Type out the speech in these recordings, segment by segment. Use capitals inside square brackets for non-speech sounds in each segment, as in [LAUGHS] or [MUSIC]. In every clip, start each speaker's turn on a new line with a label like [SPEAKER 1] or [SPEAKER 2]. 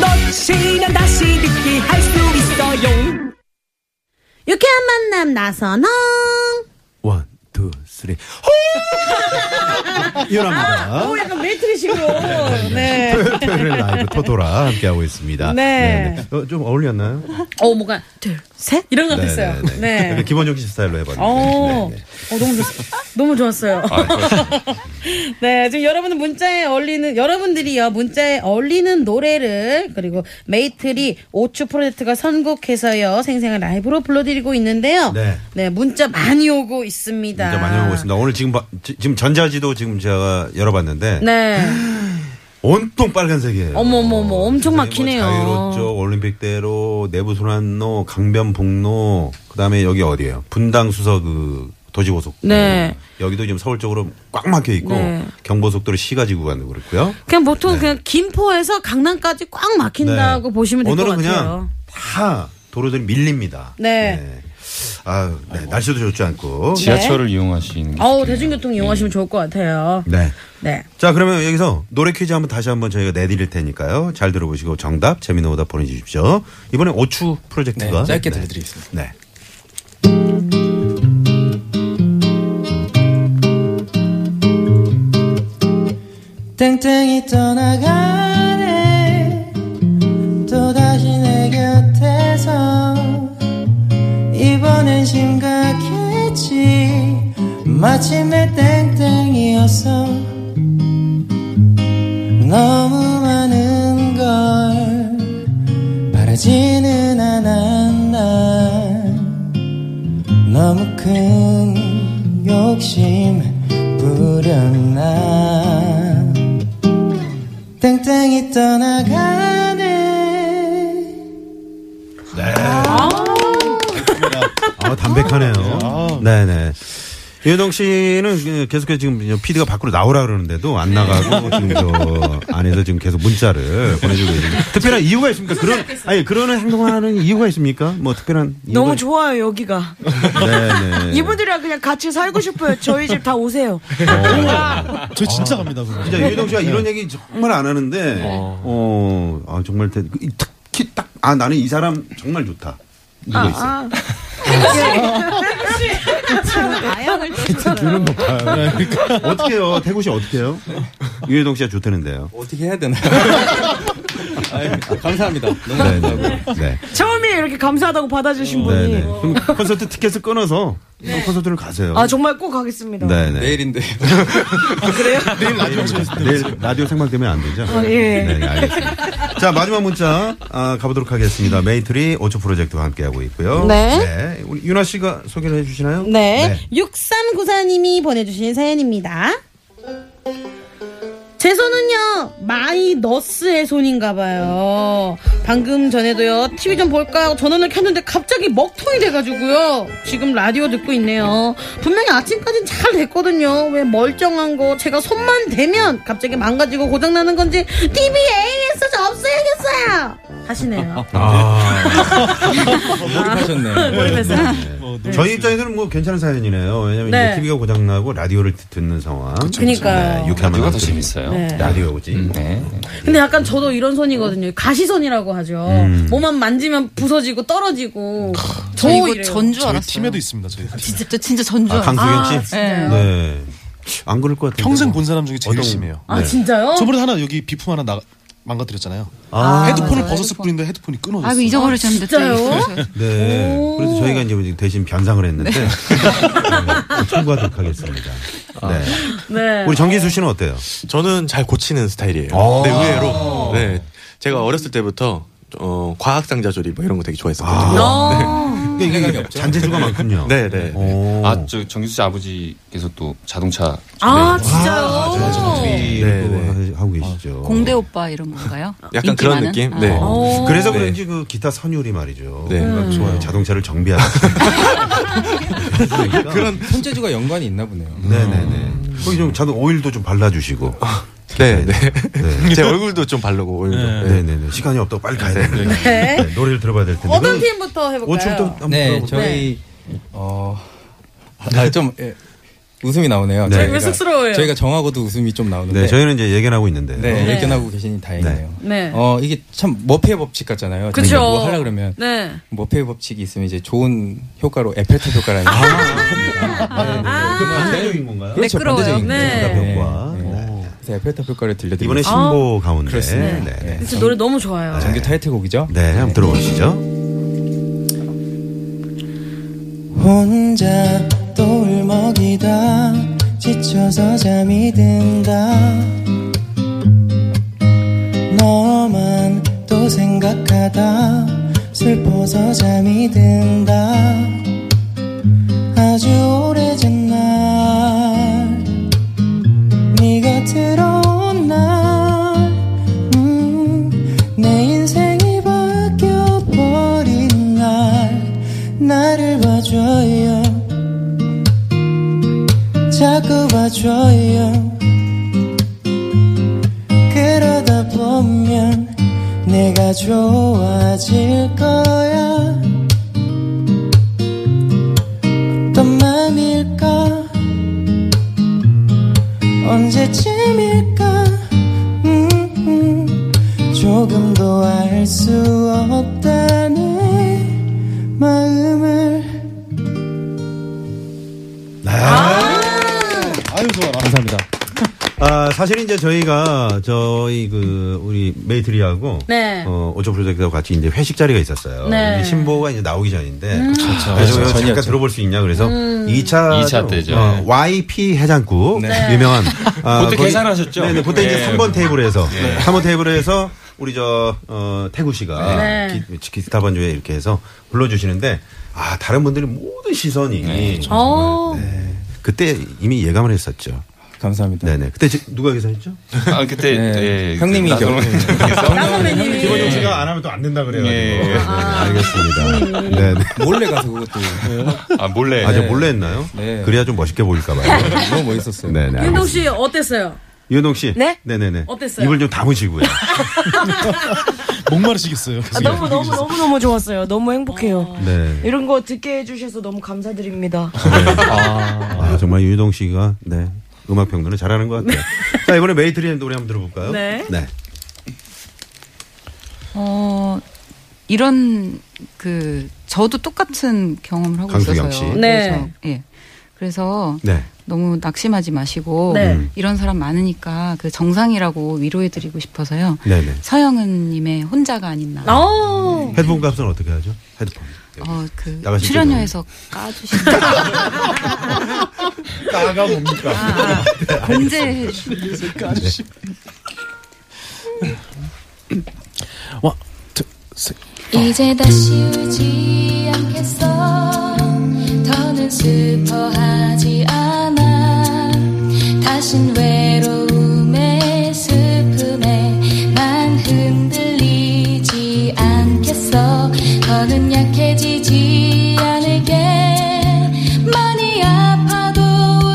[SPEAKER 1] 놓치면 다시 듣기 할 수 있어요
[SPEAKER 2] 유쾌한 만남 나선홍.
[SPEAKER 3] 원, 투, 쓰리. 호! 이혼합니다.
[SPEAKER 2] 아, 오, 약간 매트리식으로. 네.
[SPEAKER 3] 토요일 라이브 토토라 함께하고 있습니다.
[SPEAKER 2] 네.
[SPEAKER 3] 네, 네. 어, 좀 어울렸나요?
[SPEAKER 2] 어, 뭐가 둘, 셋 이런 거 됐어요.
[SPEAKER 3] 네, 네, 네.
[SPEAKER 2] 네.
[SPEAKER 3] 약간 기본적인 스타일로 해봤는데.
[SPEAKER 2] 어,
[SPEAKER 3] 네, 아, 네.
[SPEAKER 2] 어, 너무 좋, 너무 좋았어요. [LAUGHS] 네, 지금 여러분은 문자에 어울리는 여러분들이요 문자에 어울리는 노래를 그리고 메이트리 오추 프로젝트가 선곡해서요 생생한 라이브로 불러드리고 있는데요.
[SPEAKER 3] 네.
[SPEAKER 2] 문자 많이 오고 있습니다.
[SPEAKER 3] 진짜 많이 오고 있습니다. 오늘 지금, 봐- 지- 지금 전자지도 지금 제가 열어봤는데.
[SPEAKER 2] 네,
[SPEAKER 3] 온통 빨간색이에요.
[SPEAKER 2] 어머, 어머, 어머, 엄청
[SPEAKER 3] 세상에 뭐
[SPEAKER 2] 막히네요.
[SPEAKER 3] 자유로 쪽, 올림픽대로, 내부순환로, 강변북로, 그 다음에 여기 어디예요 분당수서 그 도시고속도.
[SPEAKER 2] 네.
[SPEAKER 3] 여기도 지금 서울 쪽으로 꽉 막혀 있고,
[SPEAKER 2] 네.
[SPEAKER 3] 경보속도로 시가지 구간도 그렇고요.
[SPEAKER 2] 그냥 보통 그냥 김포에서 강남까지 꽉 막힌다고
[SPEAKER 3] 네.
[SPEAKER 2] 보시면 될 것
[SPEAKER 3] 오늘은
[SPEAKER 2] 같아요.
[SPEAKER 3] 그냥 다 도로들이 밀립니다.
[SPEAKER 2] 네.
[SPEAKER 3] 아유, 네, 날씨도 좋지 않고.
[SPEAKER 4] 지하철을 이용하시는 게
[SPEAKER 2] 어우
[SPEAKER 4] 좋겠네요.
[SPEAKER 2] 대중교통 이용하시면 좋을 것 같아요.
[SPEAKER 3] 네.
[SPEAKER 2] 네.
[SPEAKER 3] 자, 그러면 여기서 노래 퀴즈 한번 다시 한번 저희가 내드릴 테니까요. 잘 들어보시고 정답, 재미있는 오답 보내주십시오. 이번에 오추 프로젝트가.
[SPEAKER 5] 네, 짧게 들려드리겠습니다.
[SPEAKER 3] 네.
[SPEAKER 6] 땡땡이 떠나가네 또다시 내 곁에서 이번엔 심각했지 마침내 땡땡이었어 너무 많은 걸 바라지는 않았나 너무 큰 욕심 부렸나 땡땡이 떠나가네
[SPEAKER 3] 아, 담백하네요. 아. 네네. 유동 씨는 계속해서 지금 PD가 밖으로 나오라 그러는데도 안 나가고 지금 저 안에서 지금 계속 문자를 보내주고 있습니다. [LAUGHS] 특별한 이유가 있습니까? 그런 아니 그런 행동하는 이유가 있습니까? 뭐 특별한 이유가
[SPEAKER 7] 너무 좋아요 여기가
[SPEAKER 3] 네네.
[SPEAKER 7] [LAUGHS] 이분들이랑 그냥 같이 살고 싶어요 저희 집 다 오세요
[SPEAKER 8] 저 진짜 갑니다. 그거.
[SPEAKER 3] 진짜 유동 씨가 이런 얘기 정말 안 하는데 어, 아, 정말 대- 이- 특히 딱 아 나는 이 사람 정말 좋다. 이거 있어요. [LAUGHS] 어떻게요? 태구 씨 어떻게요? 유해동 씨가 좋다는데요.
[SPEAKER 5] 어떻게 해야
[SPEAKER 6] [LAUGHS]
[SPEAKER 5] 되나요? 아이, 감사합니다. 너무
[SPEAKER 3] 네,
[SPEAKER 5] 감사하고.
[SPEAKER 3] 네, 네.
[SPEAKER 7] 처음이에요 이렇게 감사하다고 받아주신
[SPEAKER 3] 네,
[SPEAKER 7] 분이
[SPEAKER 3] 네. 그럼 콘서트 티켓을 끊어서 콘서트를 가세요.
[SPEAKER 7] 아 정말 꼭 가겠습니다
[SPEAKER 3] 네, 네.
[SPEAKER 5] 내일인데.
[SPEAKER 3] 내일 라디오 생방되면 안 되죠?
[SPEAKER 7] 예.
[SPEAKER 3] 네, 알겠습니다. 자, 마지막 문자 아, 가보도록 하겠습니다. 메이트리 오초 프로젝트와 함께하고 있고요.
[SPEAKER 2] 네.
[SPEAKER 3] 우리 윤아 씨가 소개를 해주시나요?
[SPEAKER 2] 네. 6394님이 보내주신 사연입니다. 제 손은요, 마이너스의 손인가봐요. 방금 전에도요, TV 좀 볼까 하고 전원을 켰는데 갑자기 먹통이 돼가지고요. 지금 라디오 듣고 있네요. 분명히 아침까지는 잘 됐거든요. 왜 멀쩡한 거, 제가 손만 대면 갑자기 망가지고 고장나는 건지, TV AS 접수해야겠어요! 하시네요.
[SPEAKER 6] 아.
[SPEAKER 5] 몰입하셨네.
[SPEAKER 6] 뭐
[SPEAKER 2] 모르겠어요.
[SPEAKER 3] 저희 입장에서는 뭐 괜찮은 사연이네요. 왜냐면
[SPEAKER 2] 네.
[SPEAKER 3] 이제 TV가 고장나고 라디오를 듣- 듣는 상황. 네,
[SPEAKER 2] 그니까요.
[SPEAKER 3] 유쾌한
[SPEAKER 4] 누가 더
[SPEAKER 3] 만남
[SPEAKER 4] 재밌어요?
[SPEAKER 2] 네.
[SPEAKER 3] 라디오지.
[SPEAKER 4] 네.
[SPEAKER 2] 근데 약간 저도 이런 손이거든요. 가시손이라고 하죠. 몸만 만지면 부서지고 떨어지고. 저
[SPEAKER 9] 저 이거
[SPEAKER 2] 이래요.
[SPEAKER 9] 전주
[SPEAKER 8] 저희
[SPEAKER 9] 알았어요.
[SPEAKER 8] 팀에도 있습니다. 저희 팀.
[SPEAKER 9] 진짜, 저 진짜 전주
[SPEAKER 3] 아,
[SPEAKER 9] 알았어요.
[SPEAKER 3] 강수경 씨?
[SPEAKER 9] 네.
[SPEAKER 3] 네. 안 그럴 것 같아요.
[SPEAKER 8] 평생 본 사람 중에 제일
[SPEAKER 3] 어떤-
[SPEAKER 8] 심해요.
[SPEAKER 2] 아 진짜요?
[SPEAKER 8] 저번에 하나 여기 비품 하나 나, 망가뜨렸잖아요.
[SPEAKER 3] 아,
[SPEAKER 8] 헤드폰을
[SPEAKER 9] 맞아요.
[SPEAKER 8] 벗었을
[SPEAKER 9] 헤드폰.
[SPEAKER 8] 뿐인데 헤드폰이
[SPEAKER 9] 아,
[SPEAKER 8] 끊어졌어요.
[SPEAKER 9] 이거
[SPEAKER 8] [LAUGHS]
[SPEAKER 9] 잊어버리셨는데. 또
[SPEAKER 2] 진짜요?
[SPEAKER 9] 잊어버리셨어요.
[SPEAKER 3] 네. 그래서 저희가 이제 지금 대신 변상을 했는데 네, 청구하도록 하겠습니다. 네.
[SPEAKER 2] 네.
[SPEAKER 3] 우리 정기수 씨는 어때요?
[SPEAKER 10] 저는 잘 고치는 스타일이에요.
[SPEAKER 3] 아.
[SPEAKER 10] 네, 의외로. 네. 제가 어렸을 때부터
[SPEAKER 4] 어, 과학상자 조립 뭐 이런 거 되게 좋아했었거든요.
[SPEAKER 1] 네.
[SPEAKER 3] 그러니까 이게 잔재주가 많군요.
[SPEAKER 4] 네, 네.
[SPEAKER 3] 오.
[SPEAKER 6] 아, 저 정규수 씨 아버지께서 또 자동차
[SPEAKER 8] 아 진짜요?
[SPEAKER 3] 네, 네. 하고 계시죠. 어.
[SPEAKER 1] 공대 오빠 이런 건가요?
[SPEAKER 4] 약간 그런
[SPEAKER 1] 인기 많은?
[SPEAKER 4] 느낌?
[SPEAKER 1] 아.
[SPEAKER 4] 네.
[SPEAKER 3] 그래서
[SPEAKER 4] 네.
[SPEAKER 3] 그런지 그 기타 선율이 말이죠.
[SPEAKER 4] 네.
[SPEAKER 3] 뭔가 좋아요. 자동차를 정비하는. 그러니까.
[SPEAKER 6] 그런 손재주가 연관이 있나 보네요.
[SPEAKER 3] 네네네. 거기 좀 자동 오일도 좀 발라주시고.
[SPEAKER 4] 네, 네. [LAUGHS] 제 얼굴도 좀 바르고 오일도. 네.
[SPEAKER 3] 네네네. 시간이 없다고 빨리 가야 되는데. 네, 노래를 들어봐야 될 텐데.
[SPEAKER 8] 어떤 팀부터 해볼까요?
[SPEAKER 3] 오춤도 한번
[SPEAKER 6] 네,
[SPEAKER 3] 들어볼까요?
[SPEAKER 6] 저희
[SPEAKER 8] 네.
[SPEAKER 6] 어, 아, 좀 예, 웃음이 나오네요.
[SPEAKER 3] 네.
[SPEAKER 6] 저희가-
[SPEAKER 8] 왜 쑥스러워요?
[SPEAKER 6] 저희가 정하고도 웃음이 좀 나오는데.
[SPEAKER 3] 네, 저희는 이제 예견하고 있는데.
[SPEAKER 6] 네,
[SPEAKER 8] 네.
[SPEAKER 6] 의견하고 계시니 다행이네요.
[SPEAKER 8] 네.
[SPEAKER 6] 어, 이게 참 머피의 법칙 같잖아요.
[SPEAKER 8] 그쵸.
[SPEAKER 6] 저희가 뭐 하려 그러면
[SPEAKER 8] 네.
[SPEAKER 6] 머피의 법칙이 있으면 이제 좋은 효과로 에펠탑 효과라는
[SPEAKER 8] 아,
[SPEAKER 2] 아,
[SPEAKER 3] 반대적인 건가요?
[SPEAKER 6] 그렇죠.
[SPEAKER 1] 매끄러워요.
[SPEAKER 6] 반대적인 거죠.
[SPEAKER 8] 네.
[SPEAKER 6] 네.
[SPEAKER 3] 효과.
[SPEAKER 6] 네. 그래서 에펠탑 효과를 들려드리고
[SPEAKER 3] 이번에 신보
[SPEAKER 8] 아.
[SPEAKER 3] 가운데.
[SPEAKER 6] 그렇습니다.
[SPEAKER 3] 네. 네.
[SPEAKER 8] 진짜 노래 너무 좋아요.
[SPEAKER 6] 정규 타이틀곡이죠.
[SPEAKER 3] 네, 한번 들어보시죠.
[SPEAKER 2] 혼자 또 울먹이다 지쳐서 잠이 든다 너만 또 생각하다 슬퍼서 잠이 든다 아주 오래전 날 네가 들어온 날, 음, 내 인생이 바뀌어버린 날, 나를 봐줘요. 자꾸 봐줘요. 그러다 보면 내가 좋아질 거야. 어떤 맘일까? 언제쯤일까 음, 음. 조금도 알 수 없다는 마음을
[SPEAKER 9] 아유 좋아. 감사합니다.
[SPEAKER 3] 아, 사실 이제 저희가 저희 그 우리 메이트리하고
[SPEAKER 8] 네.
[SPEAKER 3] 어, 오초 프로젝트하고 같이 이제 회식 자리가 있었어요.
[SPEAKER 8] 네. 음.
[SPEAKER 3] 근데 신보가 이제 나오기 전인데.
[SPEAKER 6] 그렇죠.
[SPEAKER 3] 그래서
[SPEAKER 6] 그렇죠.
[SPEAKER 3] 잠깐
[SPEAKER 6] 전이었죠.
[SPEAKER 3] 들어볼 수 있냐 그래서 2차,
[SPEAKER 6] 2차 때죠. 네.
[SPEAKER 3] YP 해장국
[SPEAKER 8] 네.
[SPEAKER 3] 유명한 아,
[SPEAKER 6] 그때
[SPEAKER 3] 거기-
[SPEAKER 6] 계산하셨죠?
[SPEAKER 3] 네네 그때
[SPEAKER 6] 네.
[SPEAKER 3] 이제 3번 테이블에서 3번 테이블에서 우리 저 어, 태구 씨가
[SPEAKER 8] 네.
[SPEAKER 3] 기, 기타 반주에 이렇게 해서 불러주시는데 아 다른 분들이 모든 시선이
[SPEAKER 6] 네.
[SPEAKER 3] 네.
[SPEAKER 8] 어.
[SPEAKER 3] 그때 이미 예감을 했었죠.
[SPEAKER 6] 감사합니다.
[SPEAKER 3] 네네 그때 지- 누가 계산했죠?
[SPEAKER 4] 아, 그때
[SPEAKER 6] [LAUGHS] 네. 형님이 겨-
[SPEAKER 8] 선배님.
[SPEAKER 3] 김원영 씨가 안 하면 또 안 된다 그래가지고 네,
[SPEAKER 8] 아.
[SPEAKER 3] 알겠습니다.
[SPEAKER 8] 음.
[SPEAKER 3] 네네
[SPEAKER 6] 몰래 가서 그것도
[SPEAKER 4] 아,
[SPEAKER 8] 예.
[SPEAKER 4] 몰래.
[SPEAKER 3] 아저 몰래 했나요?
[SPEAKER 6] 네.
[SPEAKER 3] 그래야 좀 멋있게 보일까
[SPEAKER 6] [LAUGHS]
[SPEAKER 3] 봐요.
[SPEAKER 6] 너무 멋있었어요.
[SPEAKER 3] 네네.
[SPEAKER 8] 윤동
[SPEAKER 3] 알겠습니다.
[SPEAKER 8] 씨 어땠어요?
[SPEAKER 3] 윤동 씨.
[SPEAKER 11] 네?
[SPEAKER 3] 네네네.
[SPEAKER 8] 어땠어요?
[SPEAKER 3] 입을 좀 담으시고요.
[SPEAKER 9] 목마르시겠어요.
[SPEAKER 11] 아,
[SPEAKER 9] 계속
[SPEAKER 11] 너무
[SPEAKER 9] 이렇게
[SPEAKER 11] 너무 너무 너무 좋았어요. 너무 행복해요.
[SPEAKER 3] 네.
[SPEAKER 2] [LAUGHS]
[SPEAKER 11] 이런 거 듣게 해주셔서 너무 감사드립니다.
[SPEAKER 3] 아, 정말 윤동 씨가 네 음악 평론을 잘하는 것 같아요. 자 이번에 메이트리의 노래 한번 들어볼까요?
[SPEAKER 11] 네.
[SPEAKER 1] 어, 이런 그 저도 똑같은 경험을 하고
[SPEAKER 3] 강수경
[SPEAKER 1] 있어서요.
[SPEAKER 3] 씨.
[SPEAKER 1] 그래서,
[SPEAKER 8] 네.
[SPEAKER 1] 예. 그래서
[SPEAKER 3] 네.
[SPEAKER 1] 너무 낙심하지
[SPEAKER 11] 뭐
[SPEAKER 1] 마시고
[SPEAKER 8] 네.
[SPEAKER 3] 음.
[SPEAKER 1] 이런 사람 많으니까 그 정상이라고 위로해드리고 싶어서요.
[SPEAKER 3] 네네.
[SPEAKER 1] 서영은님의 혼자가 아닌 나.
[SPEAKER 8] 어.
[SPEAKER 3] 헤드폰 값은 어떻게 하죠? 헤드폰.
[SPEAKER 1] 어, 그
[SPEAKER 3] 나가실
[SPEAKER 1] 출연료에서
[SPEAKER 3] [LAUGHS]
[SPEAKER 1] 까주시는
[SPEAKER 3] 따가 뭡니까? 네,
[SPEAKER 1] 아, 공제해 주시는
[SPEAKER 9] 와, 두, 세.
[SPEAKER 2] 이제 다시 울지 않겠어 더는 슬퍼하지 않아 다신 외로움의 슬픔에만 흔들리지 않겠어 더는 약해지지 않을게 많이 아파도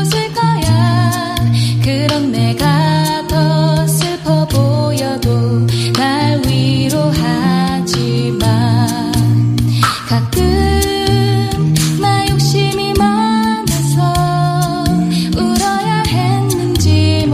[SPEAKER 2] 웃을 거야 그럼 내가 더 슬퍼 보여도 날 위로하지 마 가끔 나 욕심이 많아서 울어야 했는지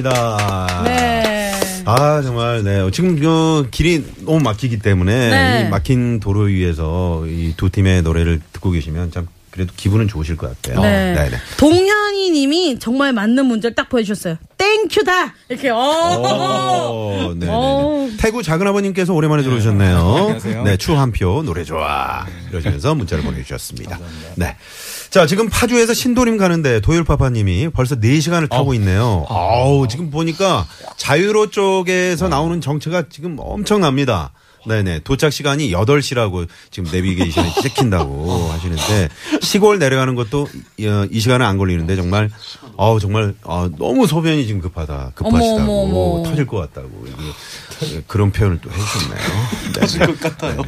[SPEAKER 3] 네.
[SPEAKER 2] 네.
[SPEAKER 3] 아, 정말, 네. 지금 그 길이 너무 막히기 때문에
[SPEAKER 2] 네.
[SPEAKER 3] 이 막힌 도로 위에서 이 두 팀의 노래를 듣고 계시면 참 그래도 기분은 좋으실 것 같아요.
[SPEAKER 2] 네.
[SPEAKER 3] 어, 네네.
[SPEAKER 2] 동현이 님이 정말 맞는 문제를 딱 보여주셨어요. 땡큐다! 이렇게, 어.
[SPEAKER 3] 오, 네,
[SPEAKER 2] 오.
[SPEAKER 3] 네, 네. 태구 작은 아버님께서 오랜만에 들어오셨네요.
[SPEAKER 5] 안녕하세요.
[SPEAKER 3] 네, 추한표 노래 좋아 이러시면서 문자를 보내주셨습니다. 네, 자 지금 파주에서 신도림 가는데 도율파파님이 벌써 4 시간을
[SPEAKER 5] 아.
[SPEAKER 3] 타고 있네요. 아우 지금 보니까 자유로 쪽에서
[SPEAKER 5] 네.
[SPEAKER 3] 나오는 정체가 지금 엄청납니다. 네네 도착 시간이 8시라고 지금 내비게이션에
[SPEAKER 5] [LAUGHS]
[SPEAKER 3] 찍힌다고 하시는데 시골 내려가는 것도 이- 어, 이 시간은 안 걸리는데 정말 아우 정말 아, 너무 소변이 지금 급하다 급하시다고
[SPEAKER 2] 어머, 어머, 어머.
[SPEAKER 3] 터질 것 같다고 이게 그런 표현을 또 해주셨네요. 터질 것 같아요.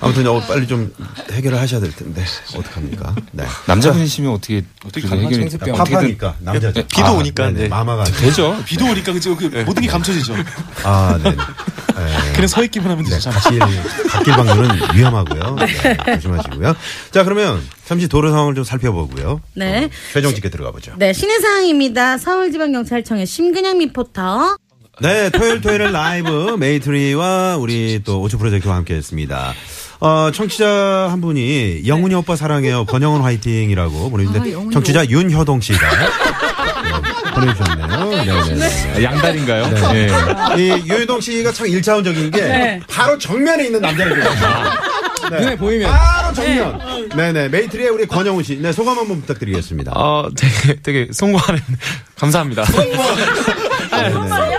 [SPEAKER 3] 아무튼 어, 빨리 좀 해결을 하셔야 될 텐데 어떡합니까? 네.
[SPEAKER 8] 남자분이시면 어떻게 어떻게
[SPEAKER 5] 가능하죠?
[SPEAKER 8] 해결이
[SPEAKER 5] 생색병.
[SPEAKER 3] 파파니까 남자죠. 아,
[SPEAKER 4] 비도 오니까,
[SPEAKER 3] 네네.
[SPEAKER 4] 네.
[SPEAKER 3] 마마가 아니라.
[SPEAKER 8] 되죠?
[SPEAKER 4] 비도 오니까 그죠? 그 모든
[SPEAKER 8] [LAUGHS]
[SPEAKER 4] 게 감춰지죠.
[SPEAKER 3] 아 네.
[SPEAKER 4] 그냥 서 있기만 하면
[SPEAKER 3] 네,
[SPEAKER 4] 되죠. 잠시.
[SPEAKER 3] 갓길, 갓길 방문은 위험하고요. 네, 조심하시고요. 자, 그러면 잠시 도로 상황을 좀 살펴보고요.
[SPEAKER 2] 네.
[SPEAKER 3] 어, 최종 집계 들어가 보죠.
[SPEAKER 2] 네, 신의 사항입니다. 서울지방경찰청의 심근양 리포터.
[SPEAKER 3] 네, 토요일 토요일 라이브 메이트리와 우리 또 오초 프로젝트와 함께 했습니다. 어, 청취자 한 분이 영훈이 오빠 사랑해요. 권영훈 화이팅이라고
[SPEAKER 9] 아,
[SPEAKER 3] 보내주는데
[SPEAKER 9] 영훈이
[SPEAKER 3] 청취자 윤효동 씨가 네, 보내주셨네요. 네, 네.
[SPEAKER 8] 아, 양다리인가요? 네.
[SPEAKER 3] 이 유효동 씨가 참 일차원적인 게
[SPEAKER 9] 네.
[SPEAKER 3] 바로 정면에 있는 남자를 좋아해요. 네.
[SPEAKER 5] 눈에 보이면.
[SPEAKER 3] 바로 정면. 네, 네. 메이트리의 우리 권영훈 씨. 네, 소감 한번 부탁드리겠습니다.
[SPEAKER 8] 어, 되게 되게 송구하는 감사합니다.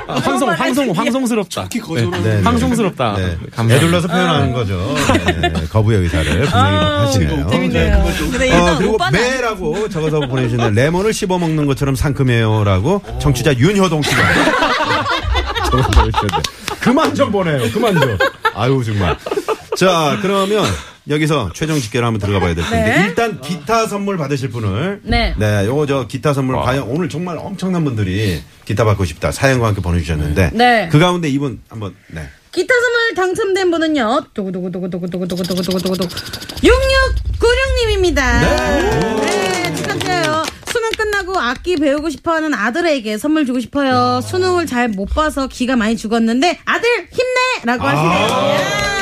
[SPEAKER 8] 아, 황송 황송 황송스럽다.
[SPEAKER 3] 네, 네.
[SPEAKER 8] 황송스럽다.
[SPEAKER 3] 네.
[SPEAKER 8] 감사합니다.
[SPEAKER 3] 애둘러서 표현하는 거죠. 네, 네. 거부의 의사를 분명히 하시네요. 네.
[SPEAKER 12] 근데
[SPEAKER 3] 아, 어,
[SPEAKER 12] 일단
[SPEAKER 3] 그리고
[SPEAKER 12] 오빠는 안
[SPEAKER 3] 매라고 적어서 보내주시는 레몬을 씹어 먹는 것처럼 상큼해요라고 청취자 윤효동 씨가 [LAUGHS] 저거 보내주셨는데 그만 좀 보내요. 그만 좀. 아유 정말. 자 그러면 여기서 최종 집계를 한번 들어가 봐야 될 텐데
[SPEAKER 2] 네.
[SPEAKER 3] 일단 기타 선물 받으실 분을
[SPEAKER 2] 네.
[SPEAKER 3] 네 요거 저 기타 선물 과연 오늘 정말 엄청난 분들이 기타 받고 싶다 사연과 함께 보내주셨는데
[SPEAKER 2] 네.
[SPEAKER 3] 그 가운데 이분 한번 네.
[SPEAKER 2] 기타 선물 당첨된 분은요. 두구두구두구두구두구두구두구두구두구 6696님입니다. 네. 축하드려요. 수능 끝나고 악기 배우고 싶어하는 아들에게 선물 주고 싶어요. 수능을 잘 못 봐서 기가 많이 죽었는데 아들 힘내라고 하시네요. 야.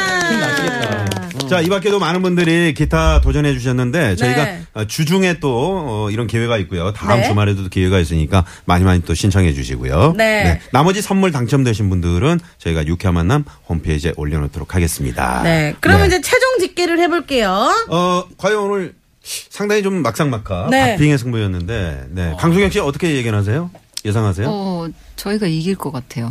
[SPEAKER 3] 자, 이 밖에도 많은 분들이 기타 도전해 주셨는데 저희가
[SPEAKER 2] 네.
[SPEAKER 3] 어, 주중에 또 어, 이런 기회가 있고요. 다음
[SPEAKER 2] 네.
[SPEAKER 3] 주말에도 기회가 있으니까 많이 많이 또 신청해 주시고요.
[SPEAKER 2] 네.
[SPEAKER 3] 나머지 선물 당첨되신 분들은 저희가 유쾌한 만남 홈페이지에 올려놓도록
[SPEAKER 8] 아,
[SPEAKER 3] 하겠습니다.
[SPEAKER 2] 네. 그러면
[SPEAKER 3] 네.
[SPEAKER 2] 이제 최종 집계를 해볼게요.
[SPEAKER 3] 어, 과연 오늘 상당히 좀 막상막하
[SPEAKER 2] 네.
[SPEAKER 3] 박빙의 승부였는데 네. 강수경 씨 어떻게 예견하세요? 예상하세요?
[SPEAKER 9] 어, 저희가 이길 것 같아요.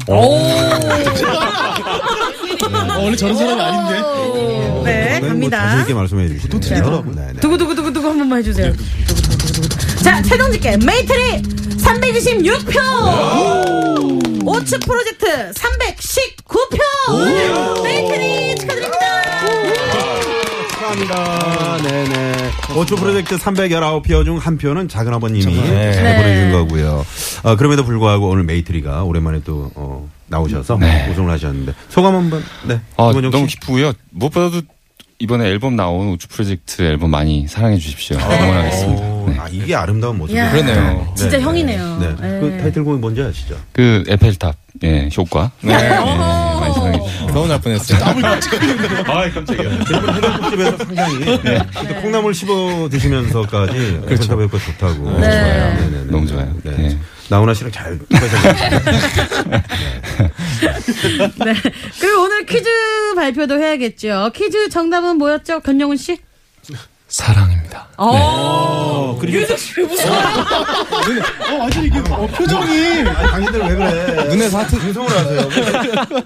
[SPEAKER 8] 원래 저런 어, 사람이 아닌데. 어,
[SPEAKER 2] 네,
[SPEAKER 3] 뭐
[SPEAKER 2] 갑니다.
[SPEAKER 3] 자신 있게 말씀해 주시죠. 보통
[SPEAKER 2] 틀리더라고요.
[SPEAKER 3] 네, 네.
[SPEAKER 2] 두구두구두구두구 한 번만 해주세요. 두구두구두구두구. 자, 최종 집계 메이트리 326표! 오츠 프로젝트 319표! 메이트리
[SPEAKER 8] 네.
[SPEAKER 2] 축하드립니다!
[SPEAKER 3] 감사합니다. 아, 네네. 5초 프로젝트 319표 중 한 표는 작은 아버님이
[SPEAKER 2] 네.
[SPEAKER 3] 보내준 거고요. 어, 그럼에도 불구하고 오늘 메이트리가 오랜만에 또 어, 나오셔서 우승을 하셨는데 소감 한번. 네.
[SPEAKER 8] 네. 아,
[SPEAKER 3] 김원정
[SPEAKER 8] 너무
[SPEAKER 3] 씨.
[SPEAKER 8] 기쁘고요. 무엇보다도 이번에 앨범 나온 우주 프로젝트 앨범 많이 사랑해 주십시오. 응원하겠습니다.
[SPEAKER 3] 오,
[SPEAKER 8] 네.
[SPEAKER 3] 아, 이게 아름다운 모습이에요.
[SPEAKER 2] 이야.
[SPEAKER 8] 그러네요.
[SPEAKER 2] 진짜 형이네요.
[SPEAKER 3] 네. 그
[SPEAKER 2] 네.
[SPEAKER 3] 타이틀곡이 뭔지 아시죠?
[SPEAKER 8] 그 에펠탑 예, 효과. 네. 네, 많이 사랑해 주십시오.
[SPEAKER 5] 서운할 뻔했어요.
[SPEAKER 3] 여러분 해장국집에서 상당히 또 네. 콩나물 씹어 드시면서까지 그렇죠. 탑볼거 좋다고.
[SPEAKER 8] 네.
[SPEAKER 3] 좋아요. 네네네.
[SPEAKER 8] 너무 좋아요.
[SPEAKER 3] 네.
[SPEAKER 8] 네.
[SPEAKER 3] 나훈아 씨랑 잘 뺏어가지고.
[SPEAKER 2] 네. 그리고 오늘 퀴즈 발표도 해야겠죠. 퀴즈 정답은 뭐였죠? 권영훈 씨?
[SPEAKER 8] 사랑입니다.
[SPEAKER 2] 어. 유석 씨왜 웃어?
[SPEAKER 3] 아니, 당신들 왜 그래? 눈에서 하트 죄송을 하세요.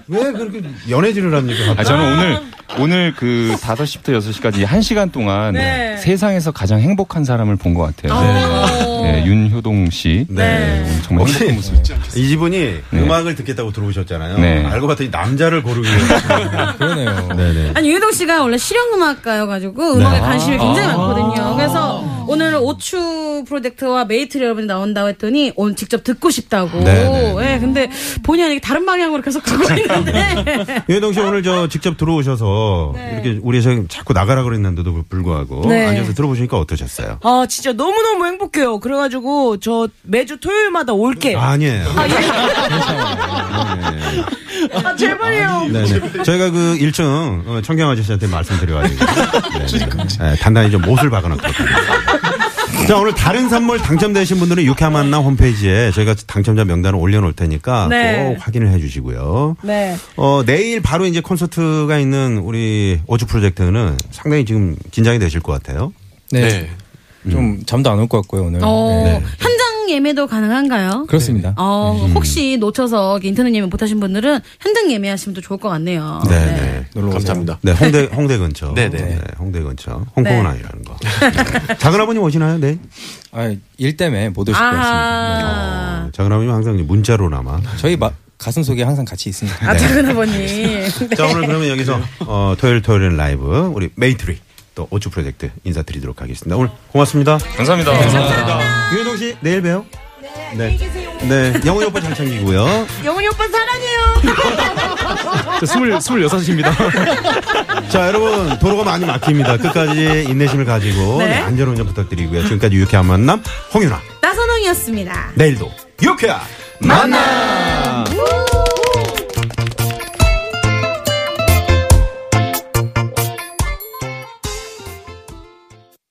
[SPEAKER 3] 왜, 왜 그렇게 연애질을 합니까?
[SPEAKER 8] 아, 저는 오늘, 오늘 그 5시부터 6시까지 1시간 동안
[SPEAKER 2] 네.
[SPEAKER 8] 세상에서 가장 행복한 사람을 본 것 같아요. 어,
[SPEAKER 2] 어.
[SPEAKER 8] 네, 윤효동 씨.
[SPEAKER 3] 네.
[SPEAKER 8] 오늘 정말
[SPEAKER 3] 혹시
[SPEAKER 8] 행복한 모습.
[SPEAKER 3] 이 지분이
[SPEAKER 8] 네.
[SPEAKER 3] 음악을 듣겠다고 들어오셨잖아요.
[SPEAKER 8] 네.
[SPEAKER 3] 알고 봤더니 남자를 고르기
[SPEAKER 8] [LAUGHS]
[SPEAKER 3] 위해서.
[SPEAKER 5] 그러네요.
[SPEAKER 3] 네네.
[SPEAKER 5] 네. 아.
[SPEAKER 2] 아니 유동 씨가 원래 실용음악가여가지고 음악에 관심이 굉장히 많거든요. 그래서 오늘 오추 프로젝트와 메이트 여러분이 나온다고 했더니 오늘 직접 듣고 싶다고.
[SPEAKER 3] 네, 네,
[SPEAKER 2] 예, 근데 본의 아니게 다른 방향으로 계속
[SPEAKER 5] [LAUGHS]
[SPEAKER 2] 가고 있는데.
[SPEAKER 3] 유해동 씨 오늘 저 직접 들어오셔서 이렇게 우리 저 자꾸 나가라 그랬는데도 불구하고
[SPEAKER 7] 네.
[SPEAKER 3] 앉아서 들어보시니까 어떠셨어요?
[SPEAKER 7] 아 진짜 너무 너무 행복해요. 그래가지고 저 매주 토요일마다 올게요.
[SPEAKER 3] 아니에요.
[SPEAKER 7] 아 제발요.
[SPEAKER 3] 네네. 저희가 그 1층 어, 청경 아저씨한테 말씀드려가지고 네, 네, 단단히 좀 못을 박아놨거든요. 자 오늘 다른 선물 당첨되신 분들은 유쾌한 만남 홈페이지에 저희가 당첨자 명단을 올려놓을 테니까
[SPEAKER 2] 네.
[SPEAKER 3] 꼭 확인을 해주시고요.
[SPEAKER 2] 네.
[SPEAKER 3] 어, 내일 바로 이제 콘서트가 있는 우리 오주 프로젝트는 상당히 지금 긴장이 되실 것 같아요.
[SPEAKER 5] 네. 좀 잠도 안 올 것 같고요 오늘.
[SPEAKER 2] 어,
[SPEAKER 5] 네.
[SPEAKER 2] 현장 예매도 가능한가요?
[SPEAKER 5] 그렇습니다. 음.
[SPEAKER 2] 어, 혹시 놓쳐서 인터넷 예매 못하신 분들은 현장 예매하시면 또 좋을 것 아, 같네요.
[SPEAKER 3] 네, 네.
[SPEAKER 5] 놀러 오세요.
[SPEAKER 4] 감사합니다.
[SPEAKER 3] 네, 홍대, 홍대 근처.
[SPEAKER 4] 네, 네.
[SPEAKER 3] 홍대 근처. 홍콩은
[SPEAKER 2] 네.
[SPEAKER 3] 아니라는 거. 네. [LAUGHS] 작은 아버님 오시나요? 네.
[SPEAKER 5] 아, 일 때문에 못 오실 것 같습니다. 네.
[SPEAKER 2] 아하.
[SPEAKER 3] 작은 아버님 어, 항상 문자로나마.
[SPEAKER 5] 저희 마- 가슴 속에 항상 같이 있습니다.
[SPEAKER 7] 네.
[SPEAKER 2] 아, 작은 아버님.
[SPEAKER 3] 자 오늘 네. [LAUGHS] 그러면 여기서 어, 토요일 토요일은 라이브 우리 메이트리 또 오츠 프로젝트 인사드리도록 하겠습니다. 오늘 고맙습니다.
[SPEAKER 8] 네, 감사합니다.
[SPEAKER 3] 유현동 씨 내일 봬요. 네. 네. 영훈이 오빠 잘 챙기고요.
[SPEAKER 7] [LAUGHS] 영훈이 오빠 사랑해요.
[SPEAKER 4] 저 스물 스물여섯입니다.
[SPEAKER 3] 자 여러분 도로가 많이 막힙니다. 끝까지 인내심을 가지고
[SPEAKER 2] 네.
[SPEAKER 3] 네, 안전 운전 부탁드리고요. 지금까지 유쾌한 만남 홍윤아
[SPEAKER 2] 나선홍이었습니다.
[SPEAKER 3] 내일도 유쾌한 만남.